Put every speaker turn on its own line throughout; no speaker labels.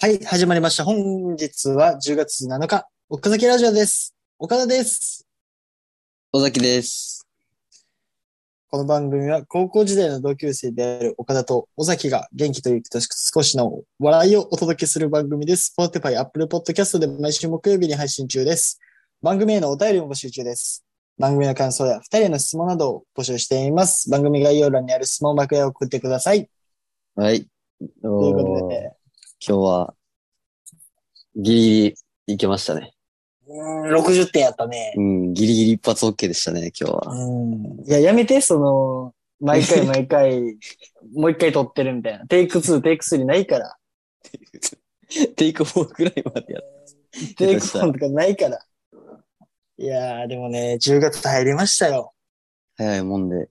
はい、始まりました。本日は10月7日、岡崎ラジオです。岡田です。
尾崎です。
この番組は高校時代の同級生である岡田と尾崎が元気というと少しの笑いをお届けする番組です。Spotify、Apple Podcast で毎週木曜日に配信中です。番組へのお便りも募集中です。番組の感想や2人への質問などを募集しています。番組概要欄にある質問箱へ送ってください。
はい。
ということで、
今日は、ギリギリいけましたね。
うん、60点やったね。
うん、ギリギリ一発 OK でしたね、今日は。
うん。いや、やめて、その、毎回毎回、 もう一回撮ってるみたいな。テイク2、テイク3ないから。。
テイク4ぐらいまでやった
テイク4とかないから。いやー、でもね、10月入りましたよ。
早いもんで。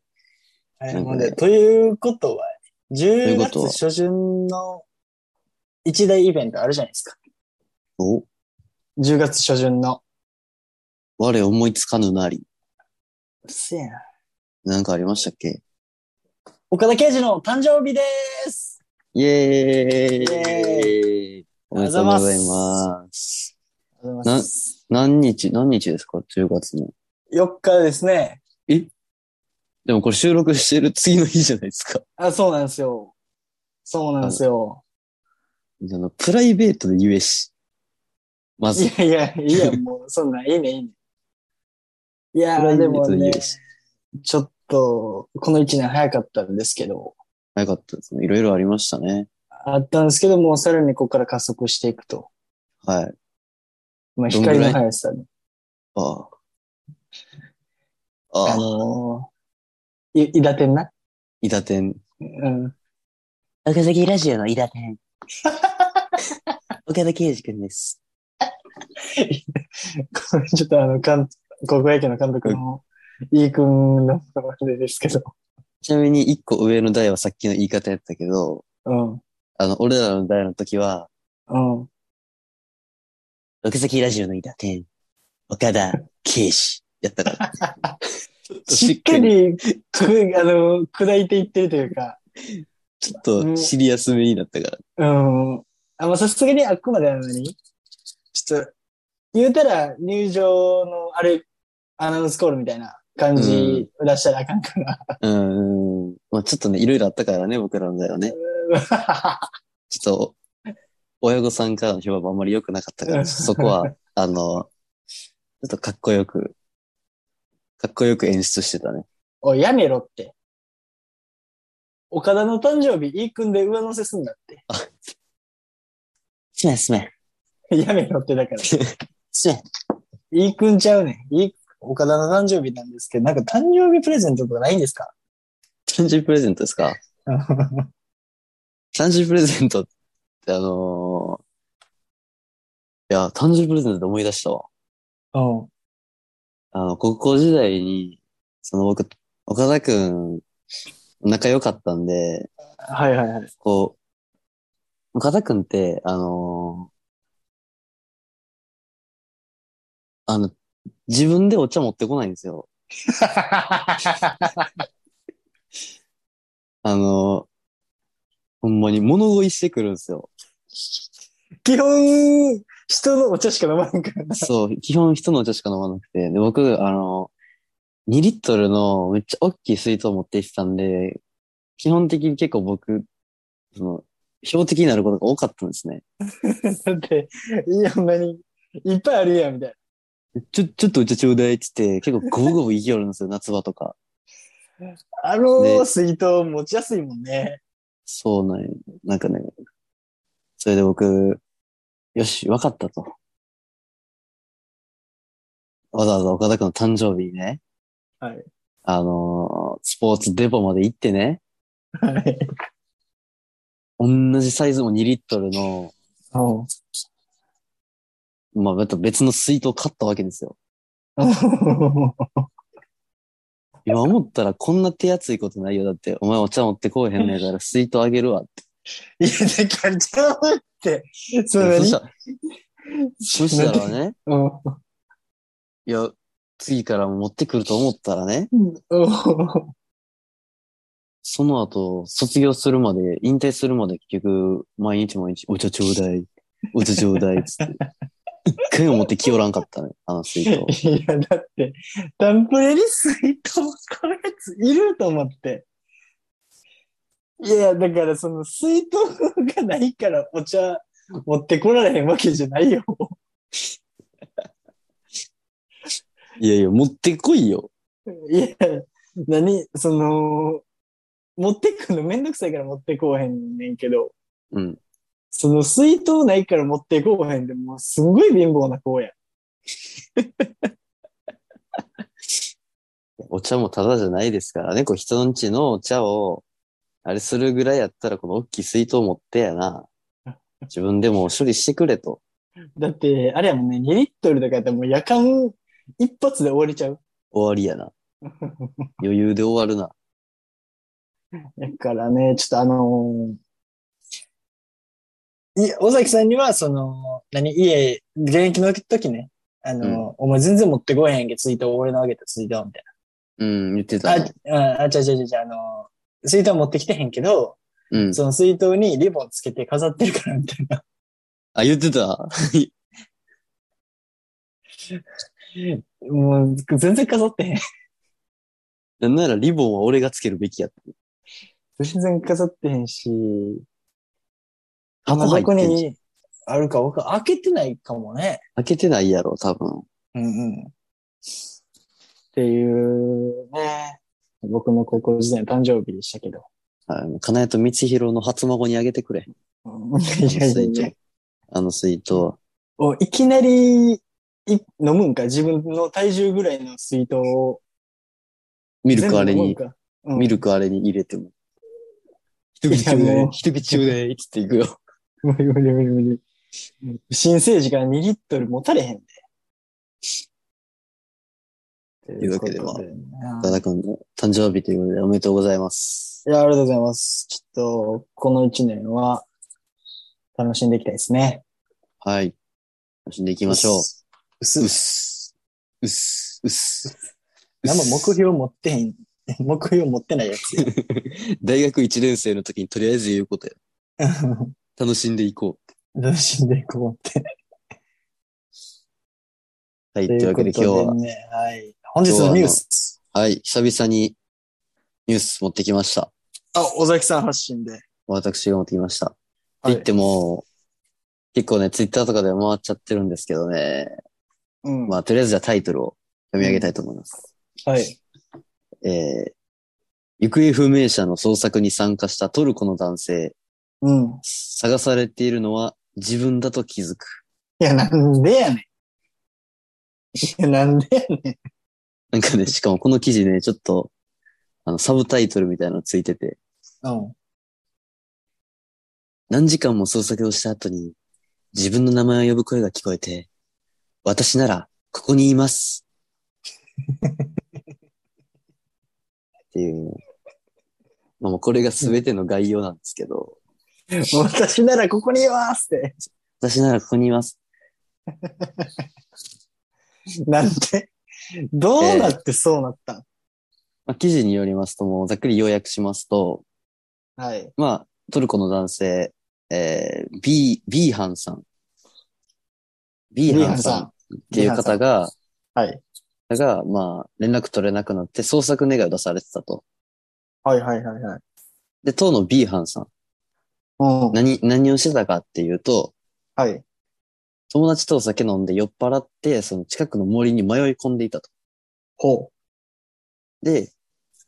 早いもんで。んね、ということは、10月初旬の一大イベントあるじゃないですか。
お
?10 月初旬の。
我思いつかぬなり。
うっせえな。
なんかありましたっけ
岡田刑事の誕生日です
イェーイ
ェ
イ
ーイおめでとうございます。
おはようございます。な、何日、何日ですか ?10 月の。
4日ですね。
えでもこれ収録してる次の日じゃないですか。
あ、そうなんですよ。そうなんですよ。
あの、プライベートで言えし。まず。
いやいや、いいや、もう、そんなん、いいね、いいね。いやでもね、ちょっと、この一年早かったんですけど。
早かったですね。いろいろありましたね。
あったんですけども、さらにここから加速していくと。
はい。
まあ、光の速さね。
ああ。
ああ。あのー、い、いだてんな。
いだてん。
うん。
岡崎ラジオのいだて ん。岡田圭司君です。
これちょっとあの、監高校野球の監督の、いい君の話でですけど。
ちなみに一個上の代はさっきの言い方やったけ
ど、うん。
あの、俺らの代の時は、
うん。
岡崎ラジオの伊田天、岡田圭司やったから。
しっかり、あの、砕いていってるというか。。
ちょっとシリアスめになったから
うん。うん、あ、まあ、さすがにあくまでなのに、ちょっと、言うたら入場のあれ、アナウンスコールみたいな感じ出したらあかんから。
うん。うん、まあ、ちょっとね、いろいろあったからね、僕らのだよね。ちょっと、親御さんからの評判もあんまり良くなかったから、そこは、 あの、ちょっとかっこよく、かっこよく演出してたね。
おい、やめろって。岡田の誕生日、いいくんで上乗せすんだって。あ、
すまんすまん。
やめろってだ から。
すまん。
いいくんちゃうねん。いい、岡田の誕生日なんですけど、なんか誕生日プレゼントとかないんです か
誕生日プレゼントですか誕生日プレゼントってあのー、いや、誕生日プレゼントで思い出したわ。
うん。
あの、高校時代に、その僕、岡田くん仲良かったんで、
はいはいはい。
こう、岡田くんって、あのー、あの、自分でお茶持ってこないんですよ。あのー、ほんまに物乞いしてくるんですよ。
基本、人のお茶しか飲まんからな。
そう 、基本人のお茶しか飲まなくて。で、僕、あのー、2リットルのめっちゃ大きい水筒を持って行ってたんで、基本的に結構僕、その、標的になることが多かったんですね。
だって、いや、ほんまに、いっぱいあるやん、みたい
な。ちょ、ちょっとお茶ちょうだいって言って、結構ゴブゴブいきよるんですよ、夏場とか。
あの水筒持ちやすいもんね。
そうなんや。なんかね、それで僕、よし、わかったと。わざわざ岡田くんの誕生日にね、
はい。
あのー、スポーツデポまで行ってね。
はい。
同じサイズも2リットルの、
う
まあ、また別の水筒買ったわけですよ。 今思ったらこんな手厚いことないよ。だって、お前お茶持ってこうへんね んから水筒あげるわって。
いや、だからちゃうって。それ
そそしたらね。
うん。
いや、次から持ってくると思ったらね。その後、卒業するまで、引退するまで結局、毎日毎日お茶ちょうだい。お茶ちょうだい、つって。一回も持ってきよらんかったね、あの水筒。
いや、だって、タンプレに水筒このやついると思って。いや、だからその水筒がないからお茶持ってこられへんわけじゃないよ。
いやいや、持ってこいよ。
いや、何その、持ってくのめんどくさいから持ってこうへんねんけど、
うん。
その水筒ないから持ってこうへんでもうすんごい貧乏な子や。
お茶もただじゃないですからね、こう人の家のお茶を、あれするぐらいやったら、この大きい水筒持ってやな。自分でも処理してくれと。
だって、あれやもんね、2リットルとかやったらもう夜間一発で終わりちゃう。
終わりやな。余裕で終わるな。
だからね、ちょっとあのーい尾崎さんには、その、何、家、現役の時ね、あのー
う
お前全然持ってこへんやんけ、ツイート、俺のあげたツイート、みたい
うん、言ってた
な。
な。
あ、あ、あ、ちゃうちゃうちゃうちゃう、あのー、水筒持ってきてへんけど、
うん。
その水筒にリボンつけて飾ってるから、みたいな。
あ、言ってた。
もう、全然飾ってへん。
なんならリボンは俺がつけるべきやった。
全然飾ってへんし、
箱
まあ
入
どこ
ってんじゃん
にあるかわかん、開けてないかもね。
開けてないやろ、多分。
うんうん。っていうね、僕の高校時代の誕生日でしたけど。
はい。かなえとみちひろの初孫にあげてくれ。
いやいやいや。
あの水筒。
おいきなりい飲むんか自分の体重ぐらいの水筒を。
ミルクあれ
全
に、
部飲むんか。うん
ミルクあれに入れても。一
口
口
ち
ち
ょ
ょ
う
う
だい
だい、一口ちょうだい、つっていく よ。
無理無理無理無理。新生児から2リットル持たれへんで。と
いうわけでまあ
いうこと
た
で
だくんの誕生日ということでおめでとうございます。
いや、ありがとうございます。ちょっと、この1年は楽しんでいきたいですね。
はい。楽しんでいきましょう。
薄
うっす。うっす。うっす。
何も目標持ってへん。目標持ってない やつや。
大学1年生の時にとりあえず言うことや。楽しんでいこ
楽しんでいこうって。
う。は
と
い。というわけで今日は、
ね、はい。本日のニュース。
はい。久々にニュース持ってきました。
あ、尾崎さん発信で。
私が持ってきました。って
は
言っ
い。
ても、結構ね、ツイッターとかで回っちゃってるんですけどね。
うん。
まあ、とりあえずじゃあタイトルを読み上げたいと思います。
はい。
えー、行方不明者の捜索に参加したトルコの男性、
うん。
探されているのは自分だと気づく。
いや、なんでやねん。いや、なんでやねん。
なんかね、しかもこの記事ね、ちょっと、あの、サブタイトルみたいなのついてて、
うん。
何時間も捜索をした後に、自分の名前を呼ぶ声が聞こえて、私なら、ここにいます。っていう、まあもうこれが全ての概要なんですけど、
私ならここにいますって。
私ならここにいます。
なんでどうなってそうなったん、
まあ、記事によりますと、もうざっくり要約しますと、
はい。
まあ、トルコの男性、えー、B、B ハンさん。B ハンさんっていう方が、
はい。
が、まあ、連絡取れなくなって捜索願いを出されてたと。
はいはいはいはい。
で、当の B ハンさん、
うん。
何、何をしてたかっていうと、
はい。
友達とお酒飲んで酔っ払って、その近くの森に迷い込んでいたと。
ほ
で、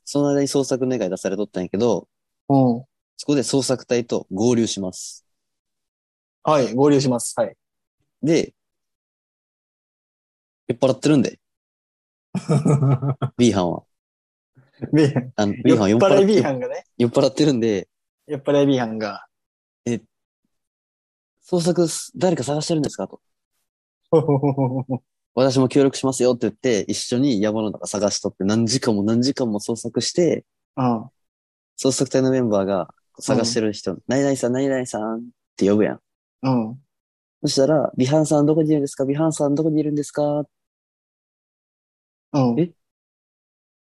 その間に捜索願い出されとったんやけど、
う。うん。
そこで捜索隊と合流します。
はい。合流します。はい。
で、酔っ払ってるんで、B 班は。
B 班。
あの、
酔
B
っ
班酔っ
払
払
い
っ
B
て、
班がね。
酔っ払ってるんで、
酔っ払い B 班が。
捜索す、誰か探してるんですかと。
ほほほほほ
私も協力しますよって言って、一緒に山の中探しとって、何時間も何時間も捜索して、
うん。
捜索隊のメンバーが探してる人、ナイナイさん、ナイナイさんって呼ぶやん。
うん。
そしたら、ビハンさんどこにいるんですかビハンさんどこにいるんですか
うん。
え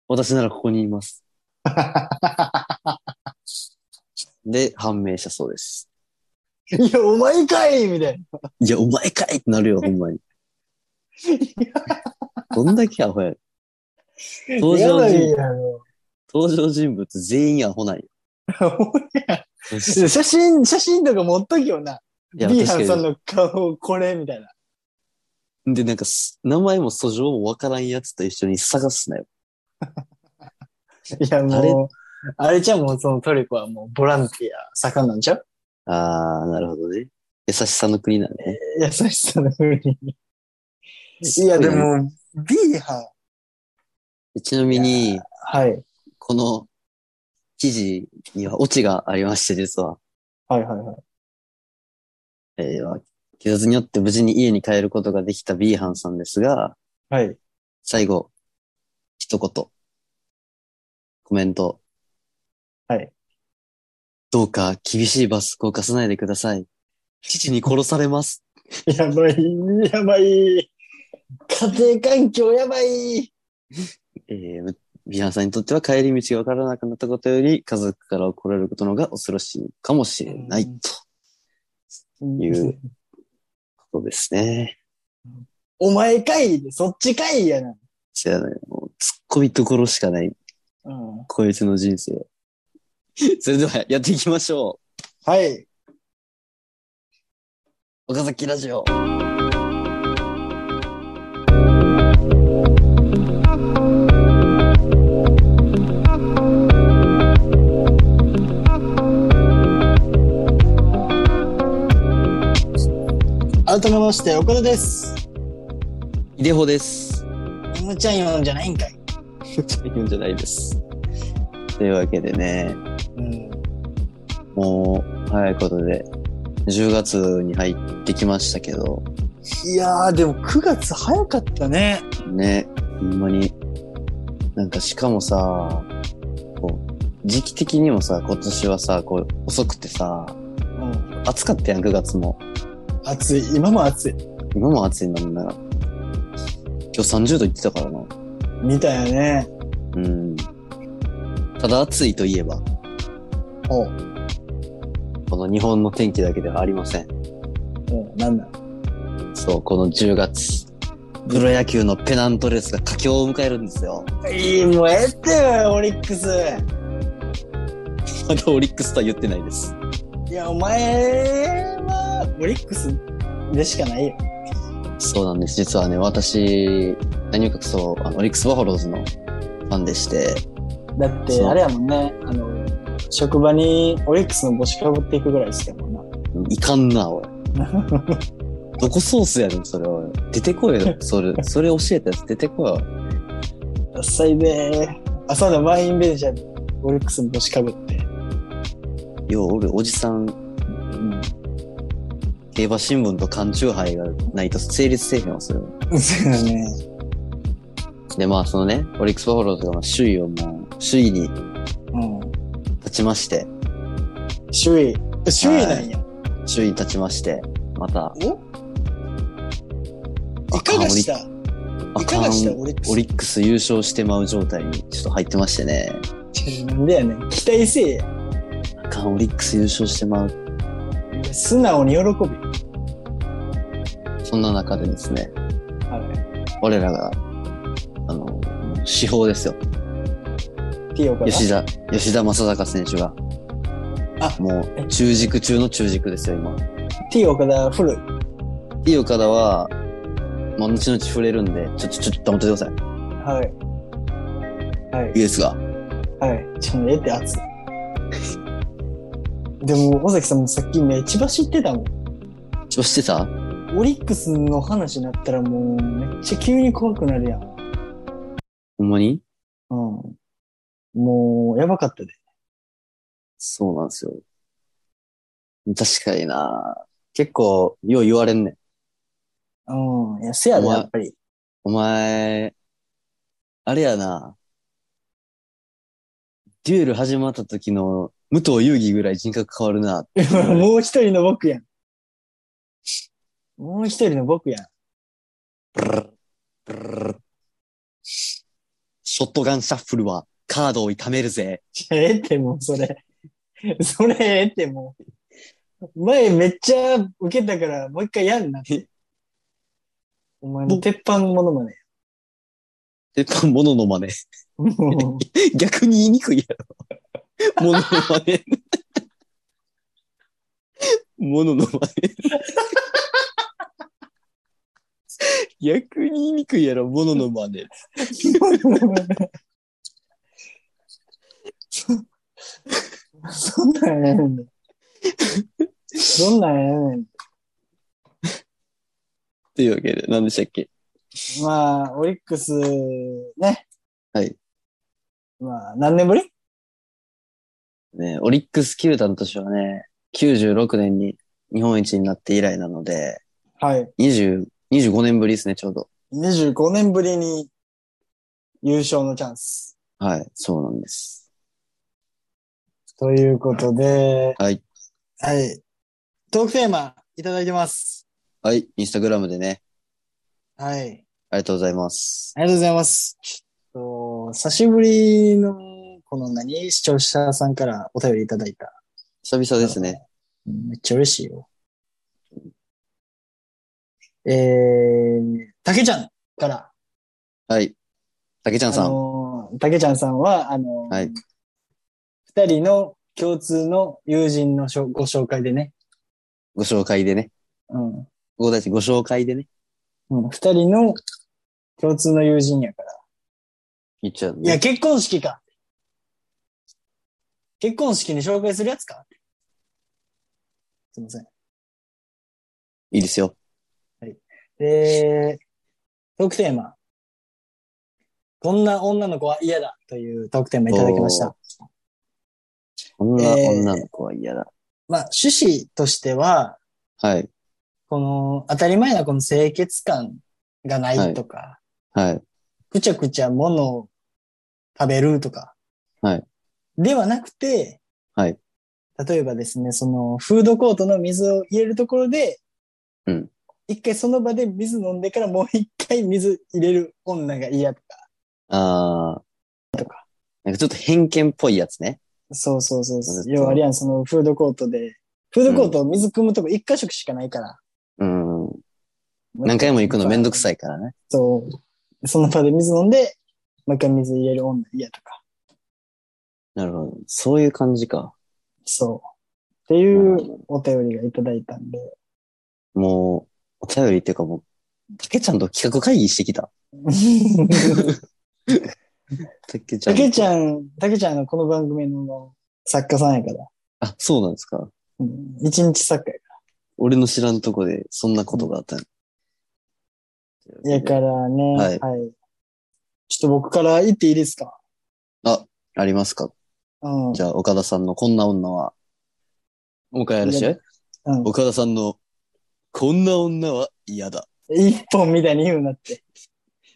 私ならここにいます。で、判明したそうです。
いや、お前かいみたい
いや、お前かいってなるよ、ほんまに。どんだけアホや。
な。
登
や
場
だよ
人、登場人物全員アホなんよ。い
写真、写真とか持っときよな。
や、
リーハン
確
さ
か
んの顔、これ、みたいな。
に。で、なんかす、名前も素性もわからんやつと一緒に探すなよ。
いや、もう、あれじゃんもうそのトリコはもうボランティア盛んなんじゃう
あー、なるほどね。優しさの国なんね。
優しさの風に。いや、でも、B 班。
ちなみに、
はい。
この記事にはオチがありまして、実は。
はいはいはい。
えーまあ警察によって無事に家に帰ることができた B 班さんですが、
はい。
最後、一言。コメント。
はい。
どうか厳しい罰則を課さないでください。父に殺されます。
やばい、やばい。家庭環境やばい。
えー、B 班さんにとっては帰り道がわからなくなったことより、家族から怒られることの方が恐ろしいかもしれない、
うん
ということですね。
お前かいで、そっちかいやな。
そやね、もう突っ込みどころしかない。
うん。
こいつの人生。 それではやっていきましょ
はい。
う。岡崎ラジオ。
改めまして、岡田です。
いでほです。
M ちゃんよんじゃないんかい。
いうんじゃないです。というわけでね、
うん。
もう早いことで10月に入ってきましたけど、
いやー、でも9月早かったね。
ね、ほんまに、なんかしかもさ、こう、時期的にもさ、今年はさ、こう、遅くてさ、
うん。
暑かったやん、9月も。
暑い。今も暑い。
今も暑いのになら。今日30度いってたからな。
みたいね。
うん。ただ暑いといえば、
おう。
この日本の天気だけではありません。
おう、なんだ。
そう、この10月、プロ野球のペナントレースが佳境を迎えるんですよ。
いい、もうええってよ、オリックス。
まだオリックスとは言ってないです。
いや、お前は、オリックスでしかないよ。
そうなんです。実はね、私、何を隠そう、あのオリックスバファローズのファンでして、
だって、
そう
あれやもんね、あの、職場にオリックスの帽子かぶっていくぐらいしてもん な。
いかんな、おい。どこソースやねん、それ、おい。出てこいよ、それ。それ教えたやつ出てこいよ。
ダサいで朝の満員電車にオリックスの帽子かぶって。
よう、俺、おじさん、競馬新聞と缶チューハイがないと成立せえへんわ、それは。
うん。そうだね。
で、まあ、そのね、オリックスバファローズがまあ首位をもう、首位に
うん。
立ちまして、
周囲。周囲なんや。
首位に立ちまして、また、
おいかがしたいかがした
あかん
オリックス。
オリックス優勝してまう状態にちょっと入ってましてね、
なんでやねん。期待せえや。
あかん、オリックス優勝してまう。
素直に喜び。
そんな中でですね、
は
我らが、あの、司法ですよ。
い。T 岡田。
吉田、吉田正尚選手が。
あ
もう、中軸中の中軸ですよ、今。
T 岡田フル。
いい岡田は、まあ、後々触れるんで、ちょ、ちょ、ちょ、黙っててくださ。
はい。はい
いい
い。
ですが。
はい。ちょっとええって熱い。でも、尾崎さんもさっきめっちゃ走ってたもん。
ちょ、してた
オリックスの話になったらもう、めっちゃ急に怖くなるやん。
ほんまに
うん。もう、やばかったで。
そうなんですよ。確かにな結構、よう言われんねん。
うん。いや、せやで、
お前
やっぱり。
お前、あれやなデュエル始まった時の武藤遊戯ぐらい人格変わるな。
もう一人の僕やん。もう一人の僕やん。
ブルルブルルルショットガンシャッフルはカードを痛めるぜ。
ええってもうそれ。それええっても
前めっちゃ受けたから、もう一回やんなって。お前の鉄板ものま ね。
鉄板ものの
も
真
う
似。 逆に言いにくいやろ。ものの真似。 ものの真似。逆に言いにくいやろ、ものの真似。
そんなんやねん。そんなんやねん。
というわけで、何でしたっけ
まあ、オリックス、ね。
はい。
まあ、何年ぶり
ね、オリックス球団としてはね、96年に日本一になって以来なので、
はい。
20、25年ぶりですね、ちょうど。
25年ぶりに優勝のチャンス。
はい、そうなんです。
ということで、
はい。
はい。トークテーマいただいてます。
はい、インスタグラムでね、
はい。
ありがとうございます。
ありがとうございます。ちょっと、久しぶりの、この何視聴者さんからお便りいただいた。
久々ですね。
めっちゃ嬉しいよ。えー、たけちゃんから。
はい。竹ちゃんさ
あ
ん。
のー、竹ちゃんさんは、あのー、
はい
二人の共通の友人のしょご紹介でね。
ご紹介でね。
うん。
ご大臣、ご紹介でね。
うん二人の共通の友人やから。
言っちゃう
いや、
ね。
結婚式か。結婚式に紹介するやつか。すいません。
いいですよ。
えー、トークテーマ。こんな女の子は嫌だというトークテーマいただきました。
こんな
えー
女の子は嫌だ。
まあ、趣旨としては、
はい。
この、当たり前なこの清潔感がないとか、
はい。
くちゃくちゃ物を食べるとか。
はい。
ではなくて、
はい。
例えばですね、その、フードコートの水を入れるところで、
うん。
一回その場で水飲んでからもう一回水入れる女が嫌とか。
あー。
とか。
なんかちょっと偏見っぽいやつね。
そうそうそうそう
ず。っと
要はあれやん、そのフードコートで、フードコート水汲むとこ一箇所しかないから。
うん。何回も行くのめんどくさいからね。
そう。その場で水飲んで、もう一回水入れる女嫌とか。
なるほど。そういう感じか。
そう。っていうお便りがいただいたんで。
もう、お便りっていうかもう、竹ちゃんと企画会議してきた。竹 ち
た
ゃん。
けちゃん、たけちゃんのこの番組の作家さんやから。
あ、そうなんですか。
うん一日作家
俺の知らんとこで、そんなことがあったの。
やからね。
は
はいい。ちょっと僕から言っていいですか
ありますか
うん。
じゃあ、岡田さんのこんな女は、もう一回やるし
嫌だうん
岡田さんの、こんな女は嫌だ。
一本みたいに言うなって。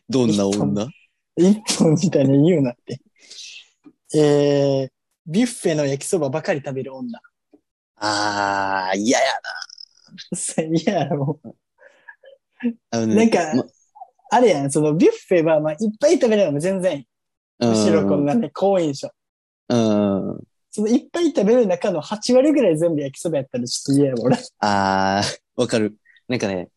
どんな
一
女
本一本みたいに言うなって。
えー、ビュッフェの焼きそばばかり食べる女。
あー、嫌や
いや、もう、
な。あの
なんかあれやん、そのビュッフェは、まあ、いっぱい食べるのも全然いい。
ま
むしろこん
う
なね、好印象。
ん。うん。
そのいっぱい食べる中の8割ぐらい全部焼きそばやったらちょっと嫌やわ、俺。
あー、 わかる。なんかね、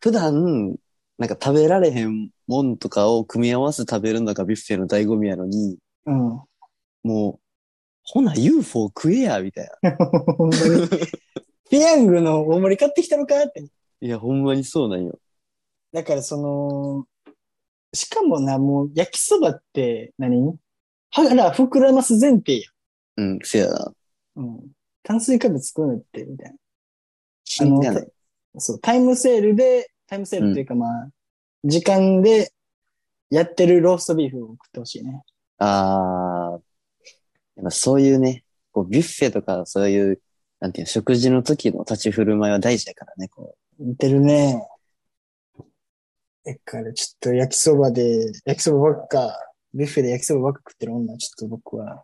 普段、なんか食べられへんもんとかを組み合わせて食べるのがビュッフェの醍醐味やのに、
うん。
もう、ほな UFO 食えや、みたいな。
ほんまに。 ペヤングの大盛り買ってきたのかって。
いや、ほんまにそうなんよ。
だからその、しかもな、もう焼きそばって何腹膨らます前提や。
うん、せやな。
うん。炭水化物食うのって、みたい
死んだね。
な。そう、タイムセールで、タイムセールというかまあ、時間でやってるローストビーフを食ってほしいね。
ああ、やっぱそういうね、こうビュッフェとかそういう、なんていうの、食事の時の立ち振る舞いは大事だからね、こ
似てるね。
だからちょっと焼きそばで、焼きそばばっか、ビュッフェで焼きそばばっか食ってる女、ちょっと僕は、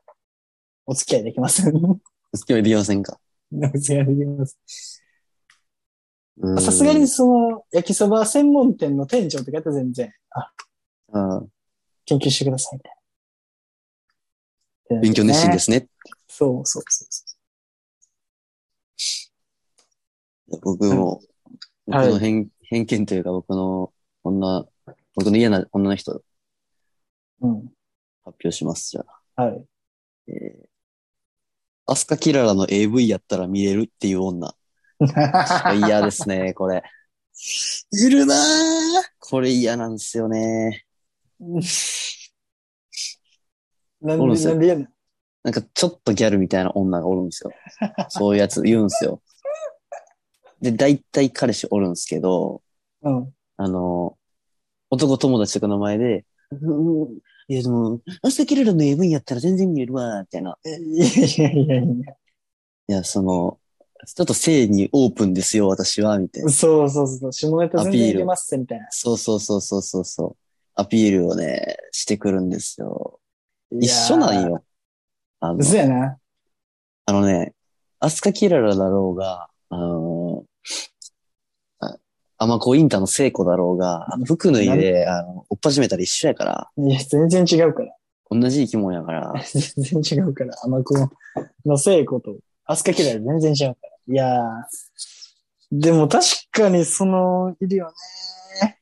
お付き合いできません。
う、 付き合いできませんか。
お世話できます。
うん
さすがに。その、焼きそば専門店の店長とかやったら全然、あ、
うん
研究してください、みたいな。
勉強熱心ですね。
そうそうそうそ
僕も、僕
はい
の偏,、偏見というか、僕の女、僕の嫌な女の人発
うん。
表します、じゃあ。
はい。
えー、アスカキララの AV やったら見れるっていう女。 嫌で すね、これ。
いるなぁ。
これ嫌なんですよね。
なん
そうなんで
で、
すよ
なんでやねん。
なんかちょっとギャルみたいな女がおるんですよ。そういうやつ言うんですよ。で、大体彼氏おるんですけど、
うん。
あの、男友達とかの前で、 うんうんいやでも、アスカキララの AV やったら全然見れるわ、みたいな。
いやいやいやい
いや、その、ちょっと性にオープンですよ、私は、みたい
や。
な。
そうそうそう。下ネタ全然
アピー
い
ル
けますってみたいな。
そうそうそうそうそうそう。アピールをね、してくるんですよ。
い
一
やー
緒なん。よ。あの、
嘘やな。
あのね、アスカキララだろうが、あのあ、アマコインタの聖子だろうが、あの服脱いで、あの、追っ始めたら一緒やから、
いや、全然違うから。
同じ生き物や から、
全然違うから。甘くんの聖子と、アスカキララ全然違うから。いやー。でも確かにその、いるよね。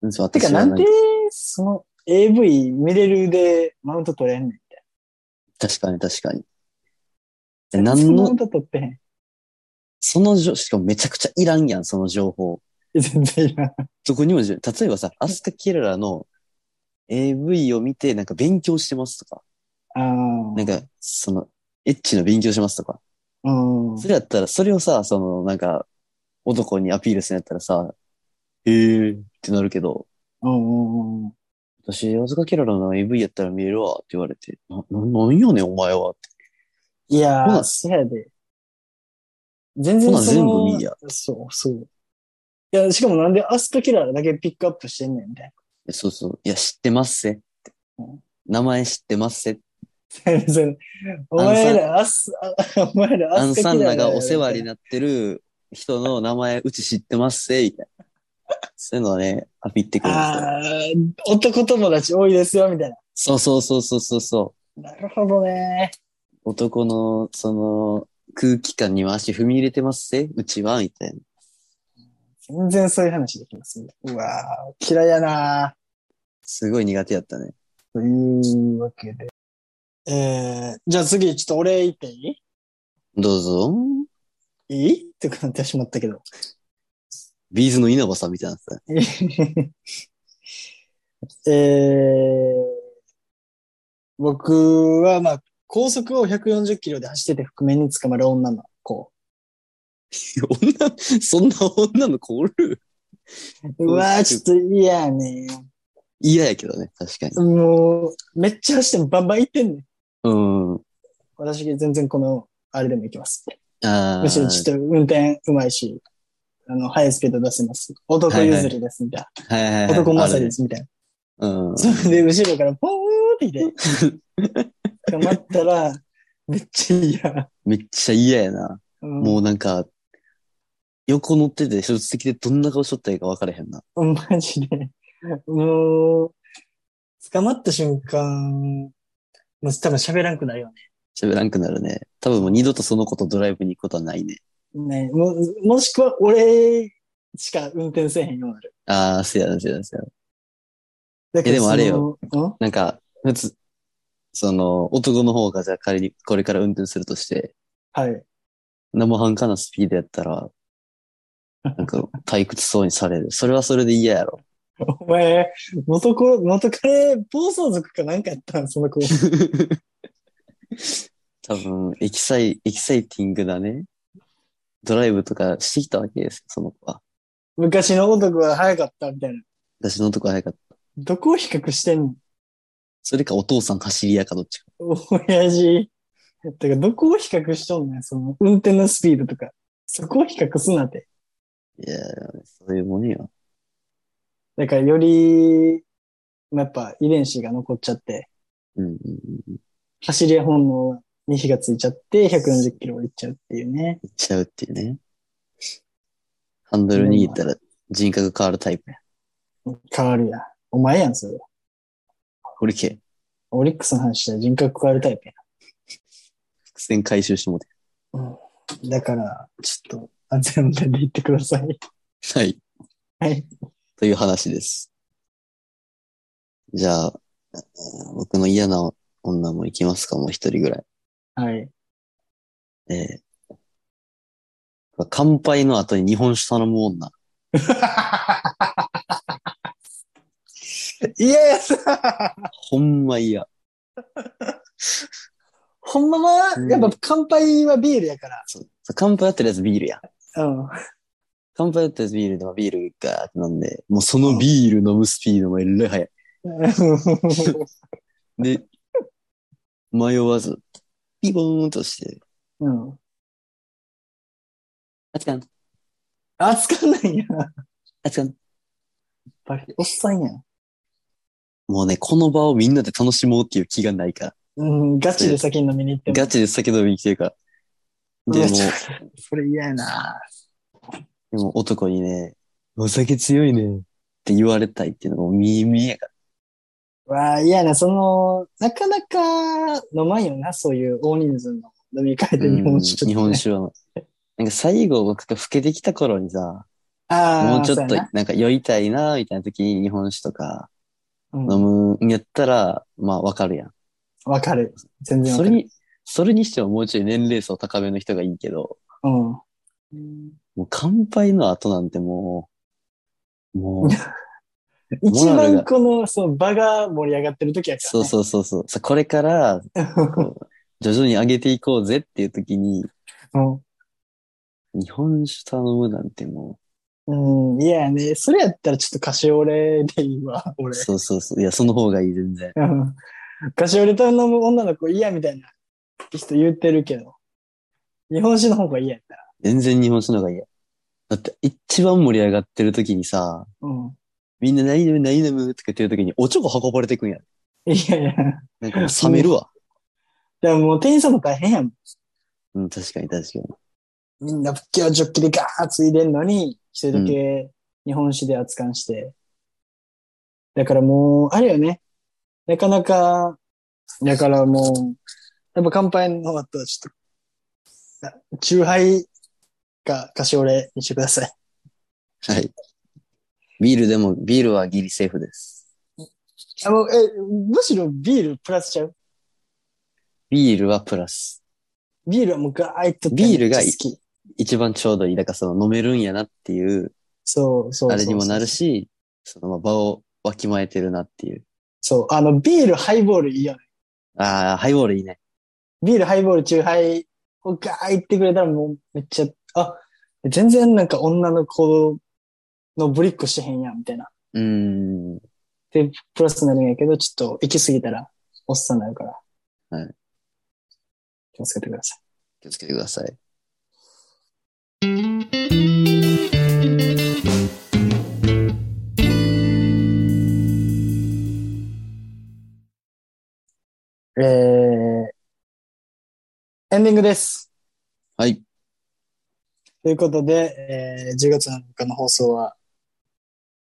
うんそう、
て
私
か
は
なんで
か、
その AV 見れるでマウント取れんねんみたい
確かに確かに。で
な。
なん
マウ
の
ン、ト取ってへん。
その情、しかもめちゃくちゃいらんやん、その情報。
全然いらん。
どこにもじゅ、例えばさ、アスカ・キララの AV を見て、なんか勉強してますとか、
あ
なんか、その、エッチの勉強しますとか、
あ。うん。
それやったら、それをさ、その、なんか、男にアピールするんやったらさ、えーってなるけど、
うんうんうん。
私、アスカ・キララの AV やったら見えるわって言われて、な、ななんやねん、お前はって。
いや
ほ
ー、
な
せやで。全然
ほな
その
全部見いや。
そう、そう。いや、しかもなんでアスカキララだけピックアップしてんねんみたい
えそうそう、いや、知ってますせって
うん。
名前知ってますせ。
な。それお前らアス、 あお前ら
ア
ア
ン
スカ
サ
キ
ン
ララ
ナ
やろ。
がお世話になってる人の名前、うち知ってますせ、みたいな。そういうのはね、アピってくるんですよ。
あー男友達多いですよ、みたいな。
そうそうそうそうそうそ
なるほどね。
う。男の、その、空気感には足踏み入れてますせ、うちは、みたいな。
全然そういう話できますね。うわー、嫌いやな
すごい苦手やったね。
ーというわけで。
えー、じゃあ次、ちょっとお礼言っていい
どうぞ。
いいってなってしまったけど。
ビーズの稲葉さんみたいなさ。
えー、僕は、まあ、高速を140キロで走
してて覆面に捕まる女の子。
女、そんな女の子おる
うわー、ちょっと嫌やねー。
嫌やけどね、確かに。
もう、めっちゃ走ってバンバン行ってんねん。
うん。
私全然この、あれでも行きます。
あ
むしろちょっと運転うまいし、あの、ハイスピード出せます。男譲りです、みたい
あ、はいはいは
な。
い。
男勝り
あ
で
る
す、みたいな。
うん。
それで、後ろからポーンって来て、捕まったら、めっちゃ嫌。
めっちゃ嫌やな。
うん
もうなんか、横乗ってて、手術的でどんな顔しとったらいいか分からへんな。
マジで。もう、
捕まった瞬間、もう多分喋らんくなるよね。
喋らんくなるね。多分もう二度とその子とドライブに行くことはないね。
ね、ももしくは俺しか運転せえへんようになる。
ああ、そうやな、そうやな、そうやな。
だ
えでもあれよ
その。ん
なんか、普通、その、男の方がじゃあ仮にこれから運転するとして、
はい。
生半可なスピードやったら、なんか退屈そうにされる。それはそれで嫌やろ。
お前、元子、元カレ、暴走族かなんかやったんその 子。
多分、エキサイ、エキサイティングだね。ドライブとかしてきたわけですよ、その子は。
昔の男は早かったみたいな。
私のとこ早かった。
どこを比較してんの
それかお父さん走り屋かどっちか。
親父。てか、どこを比較しとんねんその、運転のスピードとか。そこを比較すなって。
いやー、そういうもんよ。
だから、より、まあやっぱ遺伝子が残っちゃって、
うんうんうん。
走り屋本能に火がついちゃって、140キロいっちゃうっていうね。
行っちゃうっていうね。ハンドル握ったら人格変わるタイプや。
変わるやん。お前やん、それ。
これ系。
オリックスの話したら人格変わるタイプや
伏線回収してもうて。
だから、ちょっと、安全運転で行ってください。
はい。
はい。
という話です。じゃあ、僕の嫌な女も行きますか、もう一人ぐらい。
はい。
えー乾杯の後に日本酒頼む女。
イエス
ほんま嫌。
ほんまは、やっぱ乾杯はビールやから。
そうそう乾杯やってるやつビールや。
うん。
乾杯やったやつビールでもビールがーって飲んで、もうそのビール飲むスピードもえらい早い。で、迷わず、ピボーンとして、
うん。
あつかん、
扱わないや。
あつかん。
バリおっさんやん。
もうね、この場をみんなで楽しもうっていう気がないか
う
ら。
ん、ガチで先に飲みに行っても
ガチで酒飲みに来てるから。で
う
も
ん
う、
ちょっとそれ嫌やな。
でも男にね、お酒強いねって言われたいっていうのがもう見え見えやから。
わあ、嫌やな。その、なかなか飲まんよな、そういう大人数の飲み会で日本酒、
うん日本。酒はな。なんか最後僕が老けてきた頃にさ、
ああ、
もうちょっ
そ
と
やな
なんか酔いたいなみたいな時に日本酒と
う
か、
ん
飲むんやったら、まあわかるやん。
わかる。全然わか
それ
る。
に、それにしてももうちょい年齢層高めの人がいいけど、
うん。
もう乾杯の後なんてもう、もう、
一
モラル
番
が
この、その場が盛り上がってる時やから、ね。
そうそうそうそう。さこれ から、こう徐々に上げていこうぜっていう時に、
う。
日本酒頼むなんても
うん。うん、いやね。それやったらちょっとカシオレでいい わ、
う、
俺。
そうそうそう。いや、その方がいい、全然。
うんカシオレ頼む女の子嫌みたいな人言ってるけど、日本酒の方が嫌やったら。
全然日本酒の方がいいや。だって、一番盛り上がってる時にさ、
うん。
みんな何飲む何飲むって言ってる時に、おちょこ運ばれてくんや。
いやいや。
なんかもう冷めるわ。
でももう店員さんも大変やもん。
うん、確かに確かに。
みんな仏教ジョッキでガーッついでんのに、一人だけ日本酒で扱いして。だからもう、あれよね。なかなか、だからもう、やっぱ乾杯の後はちょっと、チューハイかカシオレにしてください。
はい。ビールでも、ビールはギリセーフです。
あもうえ、むしろビールプラスちゃう
ビールはプラス。
ビールはもうガーッと
ビールがいい
好き。
一番ちょうどいい。だからその飲めるんやなっていう、
そうそうそうそう
あれにもなる。し、そのまあ場をわきまえてるなっていう。
そう。あの、ビール、ハイボールいいよね。
ああ、ハイボールいいね。
ビール、ハイボール、チューハイをガーッってくれたらもうめっちゃ、あ、全然なんか女の子のぶりっこしてへんやん、みたいな。
うーん。
で、プラスになるんやけど、ちょっと行き過ぎたら、おっさんになるから。
はい。
気をつけてください。
気をつけてください。
えー、エンディングです。
はい。
ということで、えー、10月7日の放送は、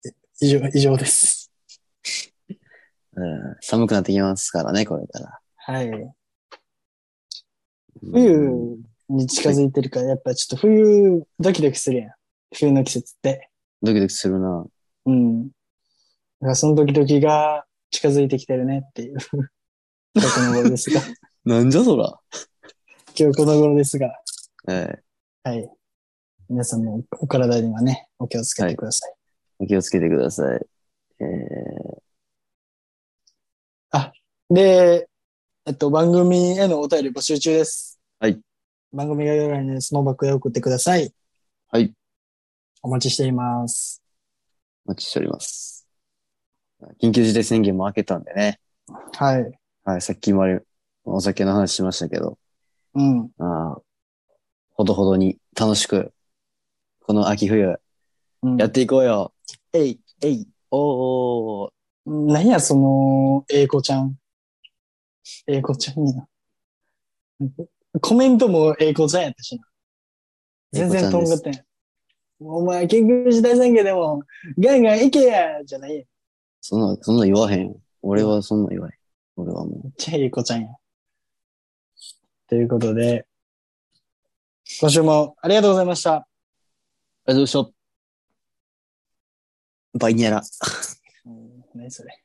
え以上、以上です。
うん寒くなってきますからね、これから。
はい。
うん
冬に近づいてるから、やっぱちょっと冬、ドキドキするやん。冬の季節って。
ドキドキするな。
うん。だからそのドキドキが近づいてきてるねって いう、今日この頃ですが、
なんじゃそら。
今日この頃ですが、
ええ
はい。皆さんもお体にはね、お気をつけてください。
お気をつけてください。ええ
で、えっと、番組へのお便り募集中です。
はい。
番組概要欄にスノーバックへ送ってください。
はい。
お待ちしています。
お待ちしております。緊急事態宣言も明けたんでね。
はい。
はい、さっきもあれ、お酒の話しましたけど、
うん。
ああ、ほどほどに楽しく、この秋冬、
うん、
やっていこうよ。えい、えい、おーおー
何や、その、英子ちゃん。英子ちゃんにな。コメントも英子ちゃんやったしな。全然とんがってん。お前、緊急事態宣言でも、ガンガン行けやじゃないやん。
そんな、そんな言わへん。俺はそんな言わへん。俺はも
めっちゃ英子ちゃんや。ということで、今週もありがとうございました。
ありがとうございました。バイニャラ。
うん何それ。